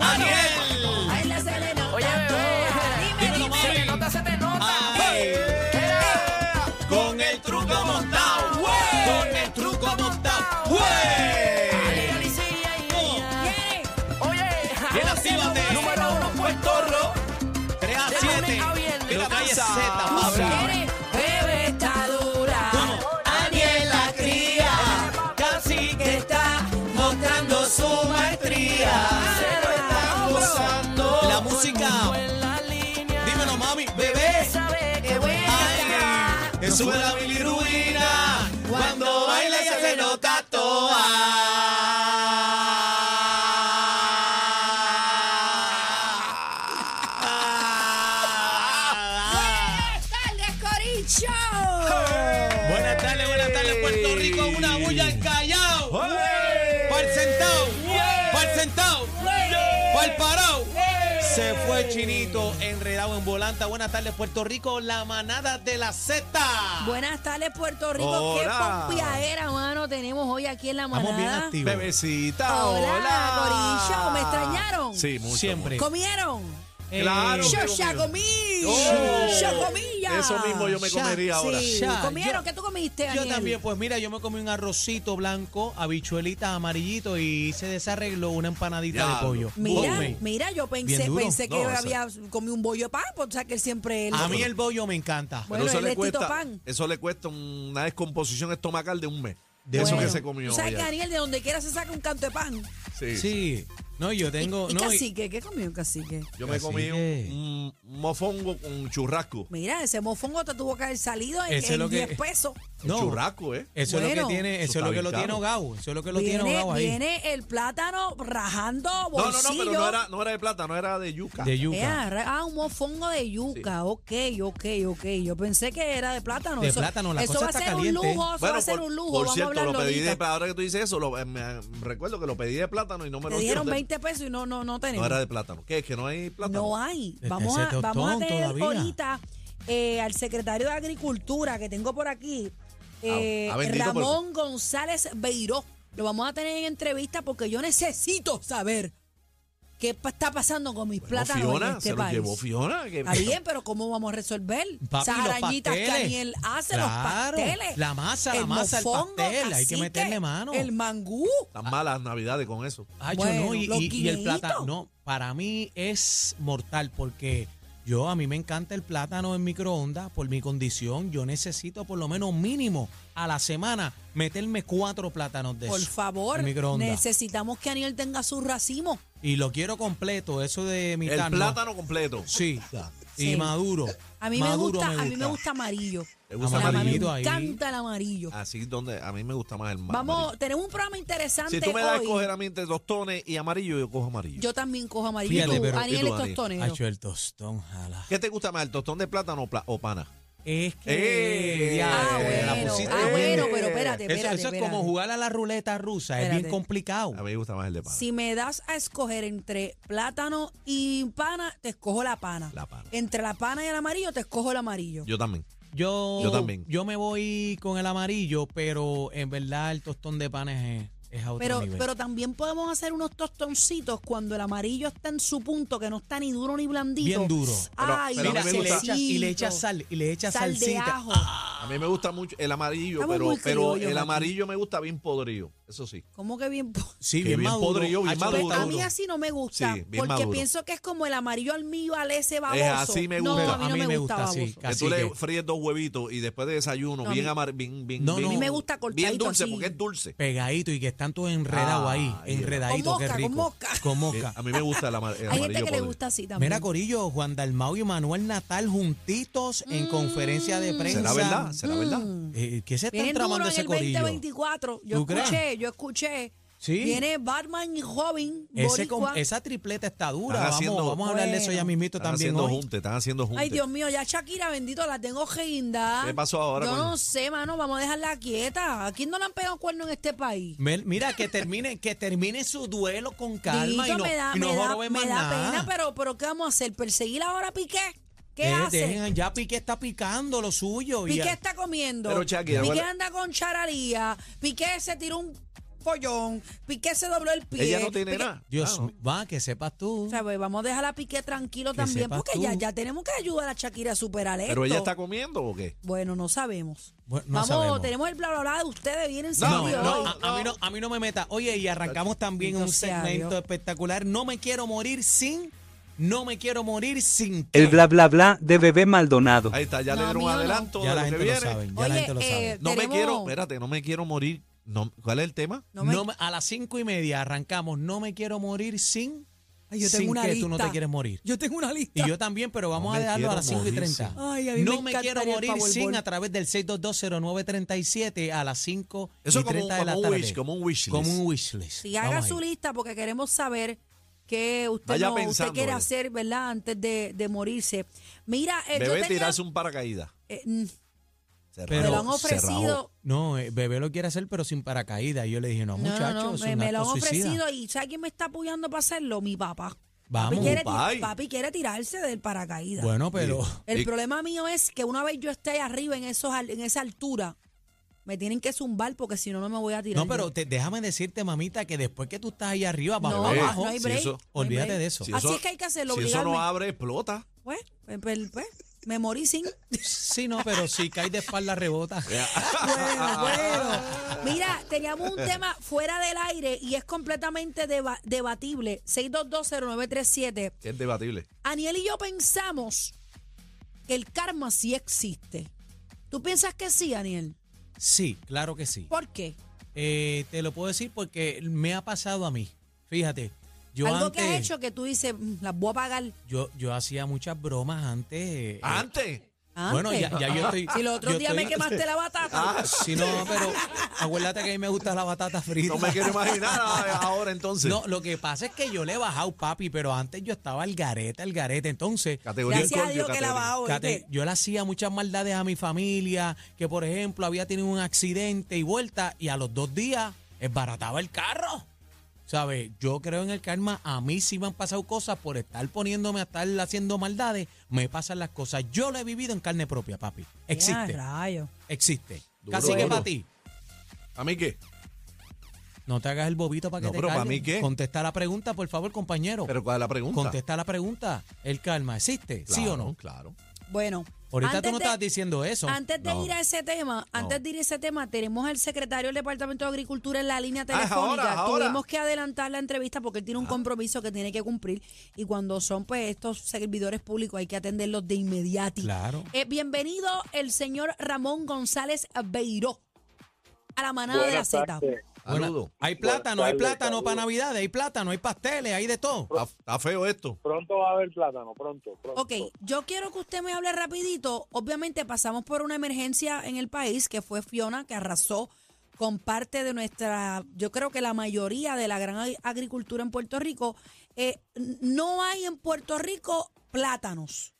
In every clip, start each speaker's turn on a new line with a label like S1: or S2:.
S1: Ah, eh, Eso fue la bilirubina. Cuando baila ya se nota toda.
S2: Buenas tardes, Coricho.
S1: Buenas tardes, buenas tardes, Puerto Rico. Una bulla al Callao. Pa'l sentado. Pa'l sentado. Pa'l parado. Se fue Chinito enredado en volanta. Buenas tardes, Puerto Rico. La manada de la Z.
S2: Buenas tardes, Puerto Rico.
S3: Hola.
S2: Qué pompiadera, mano, tenemos hoy aquí en la manada.
S3: Estamos bien activos.
S1: Bebecita.
S2: Hola, Corillo. ¿Me extrañaron?
S3: Sí, mucho.
S1: Siempre.
S2: ¿Comieron?
S3: Claro.
S2: Yo
S3: Dios
S2: ya
S3: mío.
S2: comí.
S3: Oh.
S2: Yo comí ya.
S3: Eso mismo yo me
S1: Ya,
S3: comería ahora.
S2: Sí.
S1: Ya, yo-
S2: ¿Comieron? ¿Qué tú comiste,
S1: Yo
S2: Daniel?
S1: también, pues mira, yo me comí un arrocito blanco, habichuelita amarillito y se desarregló una empanadita
S3: Diablo.
S1: de pollo.
S2: Mira,
S1: Homemade.
S2: mira, yo pensé,
S1: Bien duro.
S2: pensé que
S3: No, eso-
S2: había comido un bollo de pan, pues, o sea que él siempre... él-
S1: A mí el bollo me encanta.
S2: Bueno,
S3: eso
S2: el
S3: le
S2: de Tito
S3: cuesta,
S2: Pan.
S3: eso le cuesta una descomposición estomacal de un mes.
S1: De
S3: eso
S1: bueno.
S3: que se comió.
S2: ¿Tú sabes
S3: hoy
S2: que
S3: ahí.
S2: Daniel de donde quiera se saca un canto de pan?
S3: Sí.
S1: Sí. No, yo tengo.
S2: ¿Y, y
S1: no, y-
S2: cacique? ¿Qué comió un cacique?
S3: Yo me
S1: Así
S3: comí un,
S1: que-
S3: un mofongo con churrasco.
S2: Mira, ese mofongo te tuvo que haber salido en,
S1: Ese es
S2: en
S1: lo que-
S2: 10 pesos.
S1: no.
S3: Un churrasco, ¿eh?
S1: Eso es lo
S2: Bueno.
S1: que tiene, eso
S3: Eso
S1: es lo que
S3: está
S1: lo
S3: bien
S1: tiene
S3: caro.
S1: ahogado. Eso es lo que lo tiene
S2: Viene,
S1: ahogado ahí.
S2: viene el plátano rajando
S3: No,
S2: bolsillo.
S3: no, no, pero no era, no era de plátano, era de yuca.
S1: De yuca.
S2: Eh, arre- ah, un mofongo de yuca. Ok, ok, ok. Yo pensé que era de plátano.
S1: De
S2: eso,
S1: plátano, la
S2: eso
S1: cosa
S2: va a
S1: está
S2: ser
S1: caliente,
S2: un lujo, eso va a
S3: Bueno,
S2: ser
S3: por,
S2: un lujo.
S3: por
S2: Vamos a
S3: cierto,
S2: hablarlo
S3: lo pedí de
S2: ahorita.
S3: ahora que tú dices eso, lo- eh, me- recuerdo que lo pedí de plátano y no me
S2: Te
S3: lo
S2: dijeron
S3: dieron.
S2: 20 pesos y no, no, no
S3: No
S2: tenemos.
S3: era de plátano. ¿Qué? ¿Es que no hay plátano?
S2: No hay.
S1: Este
S2: Vamos a,
S1: ese
S2: vamos a
S1: tostón
S2: tener
S1: todavía.
S2: ahorita eh, al secretario de Agricultura que tengo por aquí, eh,
S3: ah, bendito por-
S2: Ramón González Beiró. Lo vamos a tener en entrevista porque yo necesito saber qué pa- está pasando con mis
S3: Bueno,
S2: plátanos
S3: Fiona,
S2: en este
S3: se
S2: país.
S3: lo llevó Fiona. que-
S2: Está bien, pero ¿cómo vamos a resolver?
S1: Papi,
S2: Esas
S1: los
S2: arañitas que
S1: pasteles.
S2: Daniel hace,
S1: Claro,
S2: los pasteles.
S1: la masa, la masa, el pastel, hay que meterle mano.
S2: El mangú.
S3: Tan malas navidades con eso.
S1: Ay, Ah, yo
S2: Bueno,
S1: no, y,
S2: los
S1: y- y el
S2: guineitos.
S1: plátano, no, para mí es mortal porque yo, a mí me encanta el plátano en microondas por mi condición. Yo necesito por lo menos mínimo a la semana meterme cuatro plátanos de
S2: Por
S1: eso
S2: favor,
S1: en microondas.
S2: necesitamos que Aniel tenga su racimo.
S1: Y lo quiero completo, eso de
S3: El
S1: mitad. no.
S3: plátano completo.
S1: Sí,
S2: Sí.
S1: y maduro.
S2: A mí
S1: Maduro
S2: me gusta, a mí me gusta amarillo.
S3: ¿Te gusta
S2: Nada más
S1: amarillito
S2: me
S1: ahí? Ah,
S2: encanta el amarillo.
S3: Así donde a mí me gusta más el mar.
S2: Vamos, tenemos un programa interesante
S3: Si tú me das a
S2: hoy.
S3: escoger a mí entre tostones y amarillo, yo cojo amarillo.
S2: Yo también cojo amarillo.
S1: Fíjate,
S2: Y tú,
S1: pero-
S2: Aniel
S3: y tú,
S2: es
S3: Daniel.
S1: Ha
S2: tostonero.
S1: hecho el tostón, jala.
S3: ¿Qué te gusta más, el tostón de plátano o, pla- o pana?
S1: Es
S3: ¡Eh!
S1: que diablo,
S2: Ah,
S3: Eh, la
S2: bueno,
S3: pusiste.
S2: ah, bueno, pero
S3: Eh.
S2: espérate, espérate.
S1: Eso, eso es
S2: espérate.
S1: como jugar a la ruleta rusa, es
S2: Espérate.
S1: bien complicado.
S3: A mí me gusta más el de pana.
S2: Si me das a escoger entre plátano y pana, te escojo la pana.
S3: La pana.
S2: Entre la pana y el amarillo, te escojo el amarillo.
S3: Yo también.
S1: Yo,
S3: Yo también.
S1: Yo me voy con el amarillo, pero en verdad el tostón de pan es, es a otro
S2: pero,
S1: nivel.
S2: pero también podemos hacer unos tostoncitos cuando el amarillo está en su punto, que no está ni duro ni blandito.
S1: Bien duro.
S3: Pero-
S2: Ay,
S3: pero a mí
S1: Mira,
S3: me
S1: y le,
S3: gusta-
S1: echas, y le echas
S2: dulcecito.
S1: sal, y le echas
S2: Sal de
S1: salsita.
S2: ajo.
S3: A mí me gusta mucho el amarillo,
S2: Estamos
S3: pero,
S2: muy
S3: pero
S2: criollos
S3: el
S2: aquí.
S3: amarillo me gusta bien podrido. Eso sí.
S2: ¿Cómo que bien? po-
S1: Sí,
S3: Que
S1: bien,
S3: bien
S1: maduro.
S3: podrido, bien
S1: Hacho, no
S3: maduro.
S2: Pues
S1: está
S2: a
S3: duro.
S2: mí así no me gusta,
S3: Sí, bien
S2: porque
S3: maduro.
S2: pienso que es como el amarillo almíbal ese baboso.
S3: así me
S2: No,
S3: gusta.
S2: a mí no me gusta, baboso.
S1: sí.
S3: Que
S1: Así
S3: tú le
S1: que-
S3: fríes dos huevitos y después de desayuno,
S2: No, a
S3: bien
S2: mí-
S3: amarillo, bien, bien,
S1: No, no.
S3: bien-
S1: A mí
S2: me gusta
S3: Bien
S2: cortadito
S3: dulce,
S2: así.
S3: porque es dulce.
S1: pegadito y que están todos enredados
S3: Ah,
S1: ahí,
S3: ahí va.
S1: enredaditos,
S2: Con
S1: qué
S2: mosca, con
S1: rico.
S2: mosca.
S1: Con
S3: Eh,
S1: mosca.
S3: A mí me gusta el, ama- el
S2: Hay
S3: amarillo.
S2: gente que le
S3: podrido.
S2: gusta así también.
S1: Mira, Corillo, Juan Dalmau y Manuel Natal juntitos
S2: Mm.
S1: en conferencia de prensa.
S3: ¿Será verdad? ¿Será verdad?
S1: Eh, ¿Qué se están
S2: Vienen duro
S1: tramando
S2: en
S1: ese
S2: el
S1: corillo?
S2: 2024. Yo
S1: ¿Tú crees?
S2: escuché, yo escuché.
S1: Sí.
S2: Viene Batman y Robin,
S1: Ese com-
S2: boricua.
S1: esa tripleta está dura.
S3: Están
S1: Vamos,
S3: haciendo-
S1: vamos a hablar de eso
S2: Bueno.
S1: ya mismito
S3: Están
S1: también
S3: haciendo
S1: hoy.
S3: junte, están haciendo junte.
S2: Ay, Dios mío, ya Shakira, bendito, la tengo guinda.
S3: ¿Qué pasó ahora
S2: Yo
S3: con-
S2: no sé, mano, vamos a dejarla quieta. ¿A quién no le han pegado cuerno en este país?
S1: Mel, Mira, que termine, que termine su duelo con calma
S2: Dito,
S1: y no,
S2: me da,
S1: y no
S2: me da-
S1: jorobe
S2: me
S1: más
S2: da
S1: nada.
S2: pena, pero, pero ¿qué vamos a hacer? ¿Perseguir ahora a Piqué? ¿Qué
S1: Eh,
S2: hace?
S1: dejen, ya Piqué está picando lo suyo. y
S2: Piqué
S1: ya-
S2: está comiendo.
S3: Pero, Shakira,
S2: Piqué
S3: bueno.
S2: anda con chararía. Piqué se tiró un pollón. Piqué se dobló el pie.
S3: Ella no tiene
S2: Piqué-
S3: nada.
S1: Dios,
S3: Ah, no.
S1: va, que sepas tú.
S2: O sea, pues, vamos a dejar a Piqué tranquilo
S1: Que
S2: también,
S1: sepas
S2: porque
S1: tú.
S2: ya, ya tenemos que ayudar a Shakira a superar esto.
S3: ¿Pero ella está comiendo o qué?
S2: Bueno, no sabemos.
S1: Bueno, no
S2: Vamos,
S1: sabemos.
S2: tenemos el bla bla bla de ustedes, vienen
S1: No,
S2: seguidos
S1: no,
S2: hoy.
S1: a, a mí no, a mí no me meta. Oye, y arrancamos también un
S2: Bendito sea
S1: segmento
S2: Dios.
S1: espectacular. No me quiero morir sin, no me quiero morir sin.
S4: El bla bla bla de bebé Maldonado.
S3: Ahí está, ya
S2: No,
S3: le dieron
S2: mío
S3: un
S2: no.
S3: adelanto
S1: ya
S3: de
S1: la
S3: lo que
S1: gente
S3: viene.
S1: lo sabe, ya la
S2: Oye,
S1: gente lo sabe.
S2: eh,
S3: No me
S2: Tenemos-
S3: quiero, espérate, no me quiero morir. No, ¿Cuál es el tema?
S2: No me-
S1: No me- a las cinco y media arrancamos. No me quiero morir sin.
S2: Ay, yo tengo
S1: sin
S2: una
S1: que tú no te
S2: lista.
S1: quieres morir.
S2: Yo tengo una lista.
S1: Y yo también, pero vamos
S3: No
S1: a
S3: me
S1: dejarlo a
S3: quiero
S1: las 5 y
S3: morir,
S1: 30.
S3: sí.
S2: Ay, a mí
S1: no me
S2: me
S1: quiero
S2: encantaría el
S1: morir
S2: Powerball.
S1: sin a través del 6220937 a las 5
S3: Eso
S1: y
S3: como-
S1: 30 de la
S3: como un
S1: tarde.
S3: wish, como un wish
S1: Como
S3: list.
S1: un wish list.
S2: Si haga
S1: Vamos
S2: su
S1: ahí.
S2: lista porque queremos saber qué usted,
S3: Vaya
S2: no- usted
S3: pensando,
S2: quiere
S3: ¿verdad?
S2: hacer, ¿verdad? Antes de, de morirse. Mira, eh, yo
S3: Bebé
S2: tenía-
S3: tirarse un paracaídas.
S2: eh, mm,
S3: Se
S1: Pero-
S2: me
S3: rajó,
S2: lo han
S3: se rajó.
S2: ofrecido.
S1: No, eh, bebé lo quiere hacer, pero sin paracaídas. Yo le dije, no,
S2: No, no,
S1: muchacho,
S2: no,
S1: es
S2: me,
S1: un
S2: me lo han
S1: acto suicida.
S2: ofrecido y ¿sabes quién me está apoyando para hacerlo? Mi papá.
S1: Vamos.
S2: papi, quiere,
S3: Papá.
S2: ti- papi quiere tirarse del paracaídas.
S1: Bueno, pero.
S2: El
S3: Y-
S2: problema mío es que una vez yo esté ahí arriba en, esos, al- en esa altura, me tienen que zumbar porque si no, no me voy a tirar.
S1: No,
S2: yo.
S1: pero te- déjame decirte, mamita, que después que tú estás ahí arriba, para
S2: no,
S3: bebé,
S1: abajo.
S2: no hay
S3: si
S2: break.
S3: eso-
S2: no hay
S1: olvídate
S2: break.
S1: de eso.
S3: Si
S2: Así es que hay que hacerlo,
S3: Si eso no
S2: obligarme.
S3: abre, explota.
S2: Pues, pues, pues, pues, me morí sin.
S1: Sí, no, pero si caes de espalda, rebota.
S3: Eh,
S2: Bueno, bueno. Mira, teníamos un tema fuera del aire y es completamente deba- debatible. 6220937.
S3: Es debatible.
S2: Aniel y yo pensamos que el karma sí existe. ¿Tú piensas que sí, Aniel?
S1: Sí, claro que sí.
S2: ¿Por qué?
S1: Eh, te lo puedo decir porque me ha pasado a mí. Fíjate, yo
S2: Algo
S1: antes.
S2: que has hecho que tú dices, "Mm, las voy a pagar
S1: Yo, yo hacía muchas bromas antes. eh,
S3: Antes.
S2: antes.
S1: Bueno, ya, ya yo estoy.
S2: Si los otros
S1: yo
S2: días me
S1: estoy-
S2: quemaste la batata. pues,
S1: Ah, sí, no, pero acuérdate que a mí me gusta la batata frita.
S3: No me quiero imaginar a- ahora entonces.
S1: No, lo que pasa es que yo le he bajado, papi, pero antes yo estaba al garete, al garete. Entonces,
S3: Categoría
S2: Gracias a
S3: Scorpio,
S2: Dios que la
S3: categoría.
S2: bajó.
S1: Fíjate,
S2: ¿oíste?
S1: yo le hacía muchas maldades a mi familia, que por ejemplo había tenido un accidente y vuelta, y a los dos días esbarataba el carro. ¿Sabes? Yo creo en el karma. A mí sí me han pasado cosas por estar poniéndome a estar haciendo maldades. Me pasan las cosas. Yo lo he vivido en carne propia, papi. Existe.
S2: Ya, rayo.
S1: Existe.
S3: Duro,
S1: Casi que
S3: duro.
S1: para ti.
S3: ¿A mí qué?
S1: No te hagas el bobito para que
S3: No,
S1: te
S3: pero ¿pa'
S1: calles.
S3: mí qué?
S1: Contesta la pregunta, por favor, compañero.
S3: Pero ¿cuál es la pregunta?
S1: Contesta la pregunta. ¿El karma existe? ¿Sí o
S3: Claro,
S1: no?
S3: Claro.
S2: Bueno.
S1: Ahorita
S2: antes
S1: tú no
S2: de-
S1: estabas diciendo eso.
S2: Antes de
S3: No.
S2: ir a ese tema, antes de ir a ese tema, tenemos al secretario del Departamento de Agricultura en la
S1: Ah,
S2: línea telefónica.
S3: ahora, ahora.
S2: Tuvimos que adelantar la entrevista porque él tiene un compromiso que tiene que cumplir y cuando son pues estos servidores públicos hay que atenderlos de inmediato.
S1: Claro.
S2: Eh, bienvenido el señor Ramón González Beiró a la manada de la
S5: Buenas
S2: Z.
S5: tardes.
S1: Bueno,
S3: Saludo.
S1: hay plátano, hay
S5: tardes,
S1: plátano
S5: saludos.
S1: para Navidad, hay plátano, hay pasteles, hay de todo.
S3: Está, está feo esto.
S5: Pronto va a haber plátano, pronto, pronto.
S2: Ok, yo quiero que usted me hable rapidito. Obviamente pasamos por una emergencia en el país que fue Fiona, que arrasó con parte de nuestra, yo creo que la mayoría de la gran ag- agricultura en Puerto Rico. Eh, n- no hay en Puerto Rico plátanos.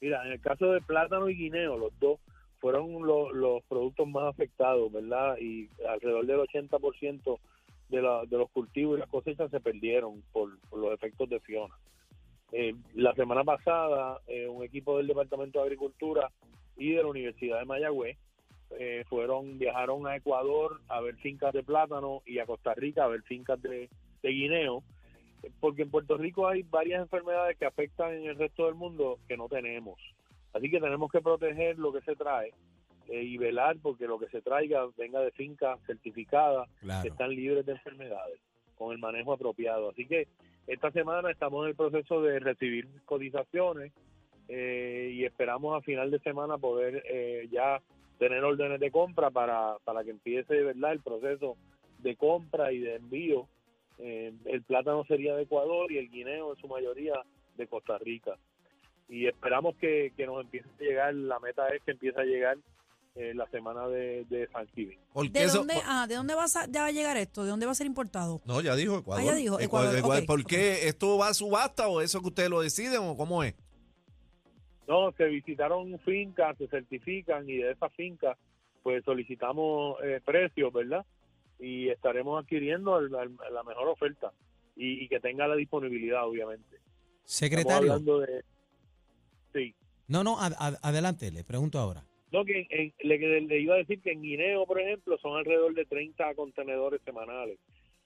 S5: Mira, en el caso de plátano y guineo, los dos fueron lo- los productos más afectados, ¿verdad? Y alrededor del 80% de, la- de los cultivos y las cosechas se perdieron por, por los efectos de Fiona. Eh, la semana pasada, eh, un equipo del Departamento de Agricultura y de la Universidad de Mayagüez eh, fueron viajaron a Ecuador a ver fincas de plátano y a Costa Rica a ver fincas de, de guineo, porque en Puerto Rico hay varias enfermedades que afectan en el resto del mundo que no tenemos. Así que tenemos que proteger lo que se trae eh, y velar porque lo que se traiga venga de fincas certificadas que
S1: Claro.
S5: están libres de enfermedades con el manejo apropiado. Así que esta semana estamos en el proceso de recibir cotizaciones eh, y esperamos a final de semana poder eh, ya tener órdenes de compra para, para que empiece de verdad el proceso de compra y de envío. Eh, el plátano sería de Ecuador y el guineo en su mayoría de Costa Rica. Y esperamos que, que nos empiece a llegar, la meta es que empiece a llegar eh, la semana de, de Thanksgiving.
S3: ¿Por qué
S2: ¿De
S3: eso?
S2: dónde, ah, ¿de dónde va a, sa- ya va a llegar esto? ¿De dónde va a ser importado?
S3: No, ya dijo Ecuador.
S2: Ah, ya dijo, Ecuador, ok,
S3: ¿Por
S2: ok.
S3: qué esto va a subasta o eso que ustedes lo deciden o cómo es?
S5: No, se visitaron fincas, se certifican y de esas fincas pues solicitamos eh, precios, ¿verdad? Y estaremos adquiriendo el- el- la mejor oferta y, y que tenga la disponibilidad, obviamente. Estamos
S1: Secretario.
S5: hablando de... Sí.
S1: No, no, ad- ad- adelante, le pregunto ahora.
S5: No, que en- en- le, que le iba a decir que en Guineo, por ejemplo, son alrededor de 30 contenedores semanales.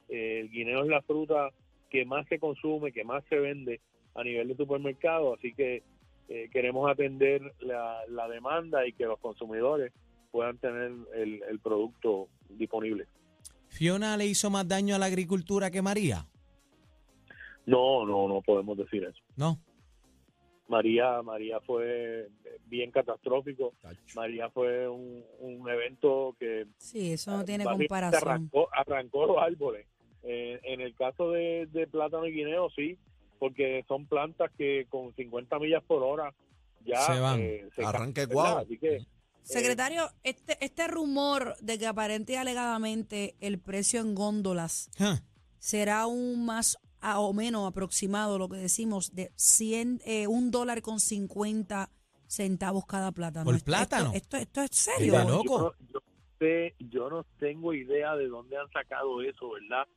S5: Eh, el guineo es la fruta que más se consume, que más se vende a nivel de supermercado, así que eh, queremos atender la, la demanda y que los consumidores puedan tener el, el producto disponible.
S1: ¿Fiona le hizo más daño a la agricultura que María?
S5: No, no, no podemos decir eso.
S1: No.
S5: María, María fue bien catastrófico. María fue un, un evento que
S2: Sí, eso no tiene
S5: Básicamente
S2: comparación.
S5: Arrancó, arrancó los árboles Eh, en el caso de, de plátano y guineo, sí, porque son plantas que con 50 millas por hora ya
S1: Se van.
S5: eh, caen,
S3: Arranque
S5: ¿verdad?
S3: guau.
S5: Así que
S2: Secretario, este, este rumor de que aparente y alegadamente el precio en góndolas
S1: Ah,
S2: será un más a- o menos aproximado, lo que decimos, de 100, eh, un dólar con 50 centavos cada plátano.
S1: ¿Por
S2: Esto-
S1: plátano?
S2: Esto, esto, esto es
S1: Está
S2: serio.
S1: loco.
S5: yo no, yo sé- yo no tengo idea de dónde han sacado eso, ¿verdad?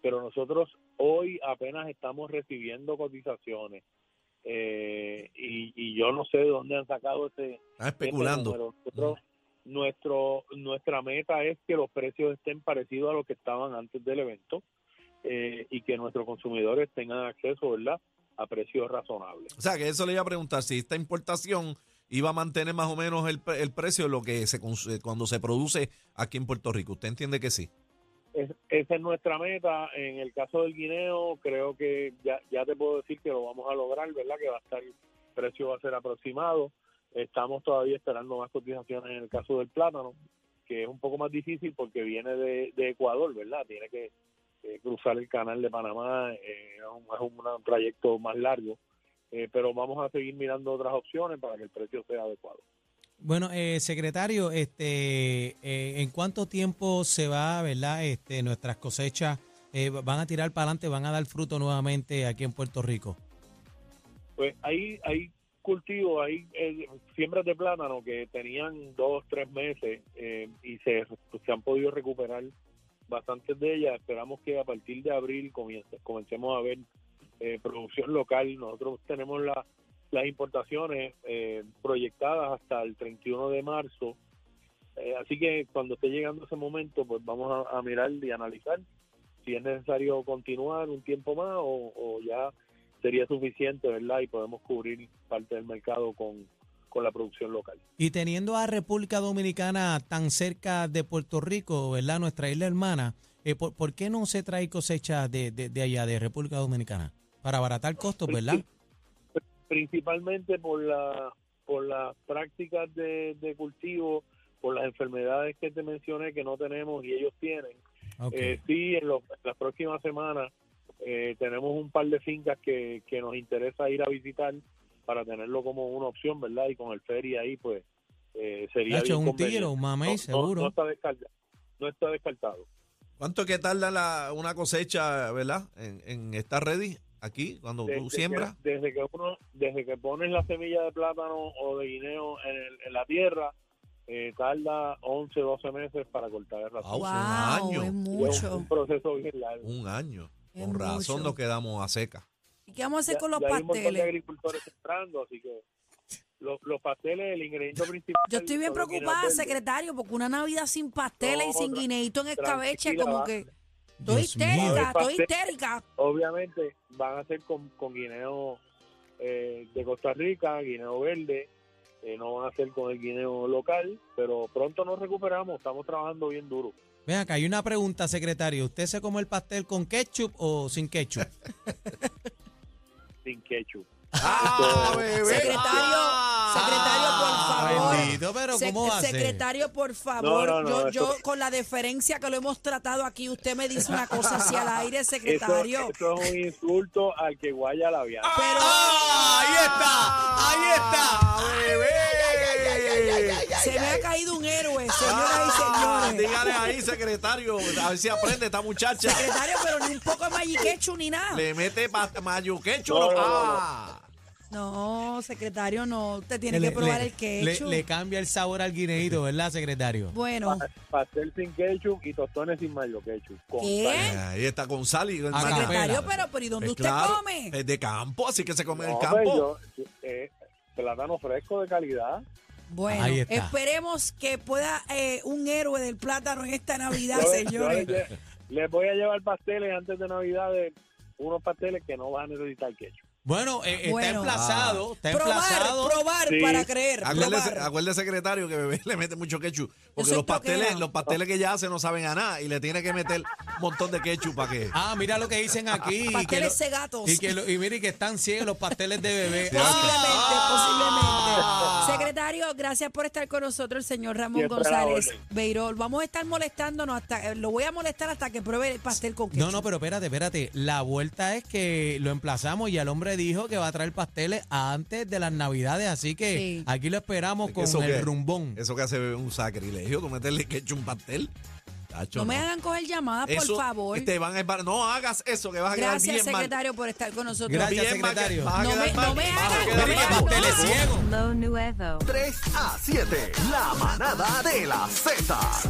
S5: Pero nosotros hoy apenas estamos recibiendo cotizaciones eh, y, y yo no sé de dónde han sacado ese,
S3: Están especulando.
S5: Pero nosotros, nuestro, nuestra meta es que los precios estén parecidos a los que estaban antes del evento eh, y que nuestros consumidores tengan acceso, ¿verdad? A precios razonables.
S3: O sea, que eso le iba a preguntar si esta importación iba a mantener más o menos el, pre- el precio de lo que se cons- eh, cuando se produce aquí en Puerto Rico. ¿Usted entiende que sí?
S5: Es- esa es nuestra meta. En el caso del guineo, creo que ya, ya te puedo decir que lo vamos a lograr, ¿verdad? Que va a estar, el precio va a ser aproximado. Estamos todavía esperando más cotizaciones en el caso del plátano, que es un poco más difícil porque viene de, de Ecuador, ¿verdad? Tiene que eh, cruzar el canal de Panamá, eh, es, un, es un trayecto más largo. Eh, pero vamos a seguir mirando otras opciones para que el precio sea adecuado.
S6: Bueno, eh, secretario, este, eh, ¿en cuánto tiempo se va, verdad? Este, nuestras cosechas eh, van a tirar para adelante, van a dar fruto nuevamente aquí en Puerto Rico.
S5: Pues hay, hay cultivos, hay eh, siembras de plátano que tenían dos, tres meses eh, y se, se han podido recuperar bastantes de ellas. Esperamos que a partir de abril comience, comencemos a ver eh, producción local. Nosotros tenemos la- las importaciones eh, proyectadas hasta el 31 de marzo. Eh, así que cuando esté llegando ese momento, pues vamos a, a mirar y analizar si es necesario continuar un tiempo más o, o ya sería suficiente, ¿verdad? Y podemos cubrir parte del mercado con, con la producción local.
S6: Y teniendo a República Dominicana tan cerca de Puerto Rico, ¿verdad? Nuestra isla hermana, eh, ¿por, por qué no se trae cosechas de, de- de allá, de República Dominicana? Para abaratar costos,
S5: Pues
S6: ¿verdad?
S5: Principalmente por la por las prácticas de, de cultivo, por las enfermedades que te mencioné que no tenemos y ellos tienen.
S6: Ok.
S5: Eh, sí, en, los- en las próximas semanas eh, tenemos un par de fincas que, que nos interesa ir a visitar para tenerlo como una opción, ¿verdad? Y con el ferry ahí, pues, eh, sería
S6: Nacho,
S5: bien
S6: un tiro, un mamey,
S5: conveniente. No- no-
S6: seguro.
S5: no está descarta- no está descartado.
S3: ¿Cuánto es que tarda la, una cosecha, verdad? En, en estar ready aquí, cuando tú siembras.
S5: Que, desde que uno, desde que pones la semilla de plátano o de guineo en, el- en la tierra, eh, tarda 11, 12 meses para cortar el
S3: Ah,
S5: ratón.
S3: un
S2: Wow,
S3: año.
S2: es
S5: Es un
S2: mucho.
S5: proceso bien largo.
S3: Un año.
S2: Es
S3: Con razón
S2: mucho.
S3: nos quedamos a seca.
S2: ¿Y qué vamos a hacer
S5: Ya-
S2: con los
S5: ya Hay un montón de
S2: pasteles?
S5: agricultores entrando, así que los, los pasteles, el ingrediente principal.
S2: Yo estoy bien
S5: son los guineos
S2: preocupada,
S5: verdes.
S2: secretario, porque una Navidad sin pasteles y
S5: No,
S2: sin
S5: tra-
S2: guineito en escabeche,
S5: tranquila,
S2: como
S5: va.
S2: que estoy
S6: Dios mío.
S2: histérica,
S5: A ver,
S2: estoy
S5: pastel.
S2: histérica.
S5: Obviamente van a ser con, con guineo eh, de Costa Rica, guineo verde. eh, no van a ser con el guineo local, pero pronto nos recuperamos. Estamos trabajando bien duro.
S6: Ven acá, hay una pregunta, secretario. ¿Usted se come el pastel con ketchup o sin ketchup?
S5: sin ketchup.
S3: ¡Ah, bebé! ¡Ah!
S2: Secretario, secretario, por favor.
S6: Bendito, pero
S2: Sec-
S6: ¿cómo va a ser?
S2: secretario, por favor,
S5: No, no,
S2: yo,
S5: no,
S2: yo
S5: eso-
S2: con la deferencia que lo hemos tratado aquí, usted me dice una cosa así al aire,
S5: Eso,
S2: secretario.
S5: eso es un insulto al que guaya la viada.
S2: pero
S3: ¡Ah, ahí está! ¡Ahí está! ¡Bebé!
S2: se me ha caído un héroe,
S3: Ah,
S2: señoras y señores.
S3: Dígale ahí, secretario, a ver si aprende esta muchacha.
S2: Secretario, pero ni un poco de magiquechu ni nada.
S3: Le mete pa- mayo ketchup.
S5: No, no, no, no.
S3: Ah.
S2: No, secretario, no. Usted tiene que
S6: Le-
S2: probar
S6: le-
S2: el ketchup.
S6: Le, Ah, le cambia el sabor al guineíto, ¿verdad, secretario?
S2: bueno,
S5: Pastel sin ketchup y tostones sin mayo ketchup. Con
S2: ¿Qué?
S5: sal.
S3: Ahí está con sal y con
S6: Acá.
S3: mayo.
S2: secretario, pero, pero ¿y dónde
S3: Pues
S2: usted
S3: claro,
S6: eh,
S2: come?
S3: Es de campo, así que se come en
S5: No,
S3: el
S5: hombre,
S3: campo.
S5: yo- yo- eh, plátano fresco de calidad.
S2: Bueno,
S6: Ahí está.
S2: esperemos que pueda eh, un héroe del plátano en esta Navidad,
S5: Yo- yo
S2: señores.
S5: les, lle- les voy a llevar pasteles antes de Navidad, de unos pasteles que no van a necesitar ketchup.
S1: Bueno, eh, está
S2: Bueno.
S1: emplazado, está
S2: probar,
S1: emplazado.
S2: probar
S5: Sí.
S2: para creer.
S3: Acuérdese,
S2: probar.
S3: acuérdese, secretario, que bebé le mete mucho ketchup. Porque
S2: soy
S3: los pasteles,
S2: toquera.
S3: los pasteles que ella hace no saben a nada y le tiene que meter un montón de ketchup para que.
S1: Ah, mira lo que dicen aquí. y que lo-
S2: Pasteles cegatos.
S1: Y, que lo- y mire que están ciegos los pasteles de bebé.
S2: Posiblemente,
S1: Ah.
S2: posiblemente. Secretario, gracias por estar con nosotros, el señor Ramón
S5: Siempre a la
S2: González
S5: orden.
S2: Beirol. Vamos a estar molestándonos hasta, eh, lo voy a molestar hasta que pruebe el pastel con
S1: No,
S2: queso.
S1: no, pero espérate, espérate. La vuelta es que lo emplazamos y el hombre dijo que va a traer pasteles antes de las navidades, así que
S2: Sí.
S1: aquí lo esperamos con
S3: eso
S1: el
S3: que-
S1: rumbón.
S3: Mm. Eso que hace bebé un sacrilegio, tú meterle ketchup a un pastel. Tacho,
S2: No me
S3: no.
S2: hagan coger llamadas,
S3: Eso
S2: por favor.
S1: este
S3: Te van a embar- no hagas eso, que vas a quedar bien
S2: Gracias,
S3: mal.
S2: secretario, por estar con nosotros.
S1: Gracias,
S3: Bien mal, que-
S1: secretario.
S3: vas a
S2: No
S3: quedar
S2: me-
S3: mal.
S2: no me
S3: Vas a
S2: hagas-
S3: quedar
S2: no me
S3: mal.
S2: hagas-
S1: pasteles ciegos.
S6: Lo nuevo.
S7: 3 a 7, la manada de la Z.